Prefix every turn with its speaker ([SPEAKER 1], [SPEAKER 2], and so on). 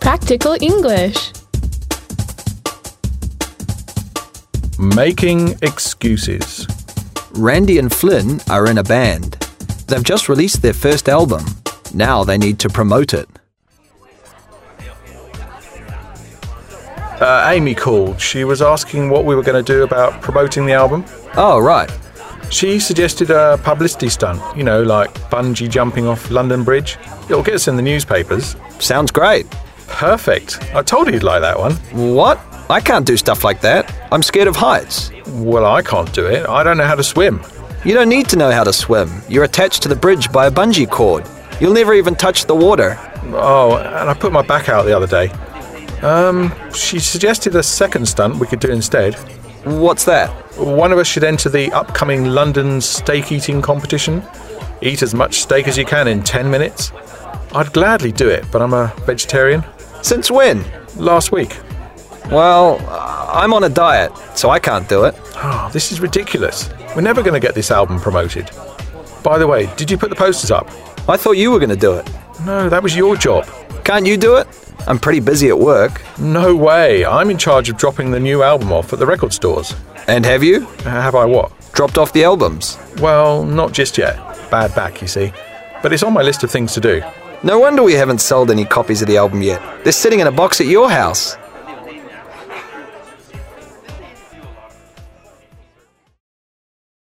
[SPEAKER 1] Practical English.
[SPEAKER 2] Making excuses.
[SPEAKER 3] Randy and Flynn are in a band. They've just released their first album. Now they need to promote it.
[SPEAKER 2] Uh, Amy called. She was asking what we were going to do about promoting the album.
[SPEAKER 3] Oh, right.
[SPEAKER 2] She suggested a publicity stunt, you know, like bungee jumping off London Bridge. It'll get us in the newspapers.
[SPEAKER 3] Sounds great.
[SPEAKER 2] Perfect. I told you you'd like that one.
[SPEAKER 3] What? I can't do stuff like that. I'm scared of heights.
[SPEAKER 2] Well, I can't do it. I don't know how to swim.
[SPEAKER 3] You don't need to know how to swim. You're attached to the bridge by a bungee cord. You'll never even touch the water.
[SPEAKER 2] Oh, and I put my back out the other day. Um, she suggested a second stunt we could do instead.
[SPEAKER 3] What's that?
[SPEAKER 2] One of us should enter the upcoming London steak eating competition. Eat as much steak as you can in 10 minutes. I'd gladly do it, but I'm a vegetarian.
[SPEAKER 3] Since when?
[SPEAKER 2] Last week.
[SPEAKER 3] Well, uh, I'm on a diet, so I can't do it.
[SPEAKER 2] Oh, this is ridiculous. We're never going to get this album promoted. By the way, did you put the posters up?
[SPEAKER 3] I thought you were going to do it.
[SPEAKER 2] No, that was your job.
[SPEAKER 3] Can't you do it? I'm pretty busy at work.
[SPEAKER 2] No way. I'm in charge of dropping the new album off at the record stores.
[SPEAKER 3] And have you?
[SPEAKER 2] Have I what?
[SPEAKER 3] Dropped off the albums.
[SPEAKER 2] Well, not just yet. Bad back, you see. But it's on my list of things to do.
[SPEAKER 3] No wonder we haven't sold any copies of the album yet. They're sitting in a box at your house.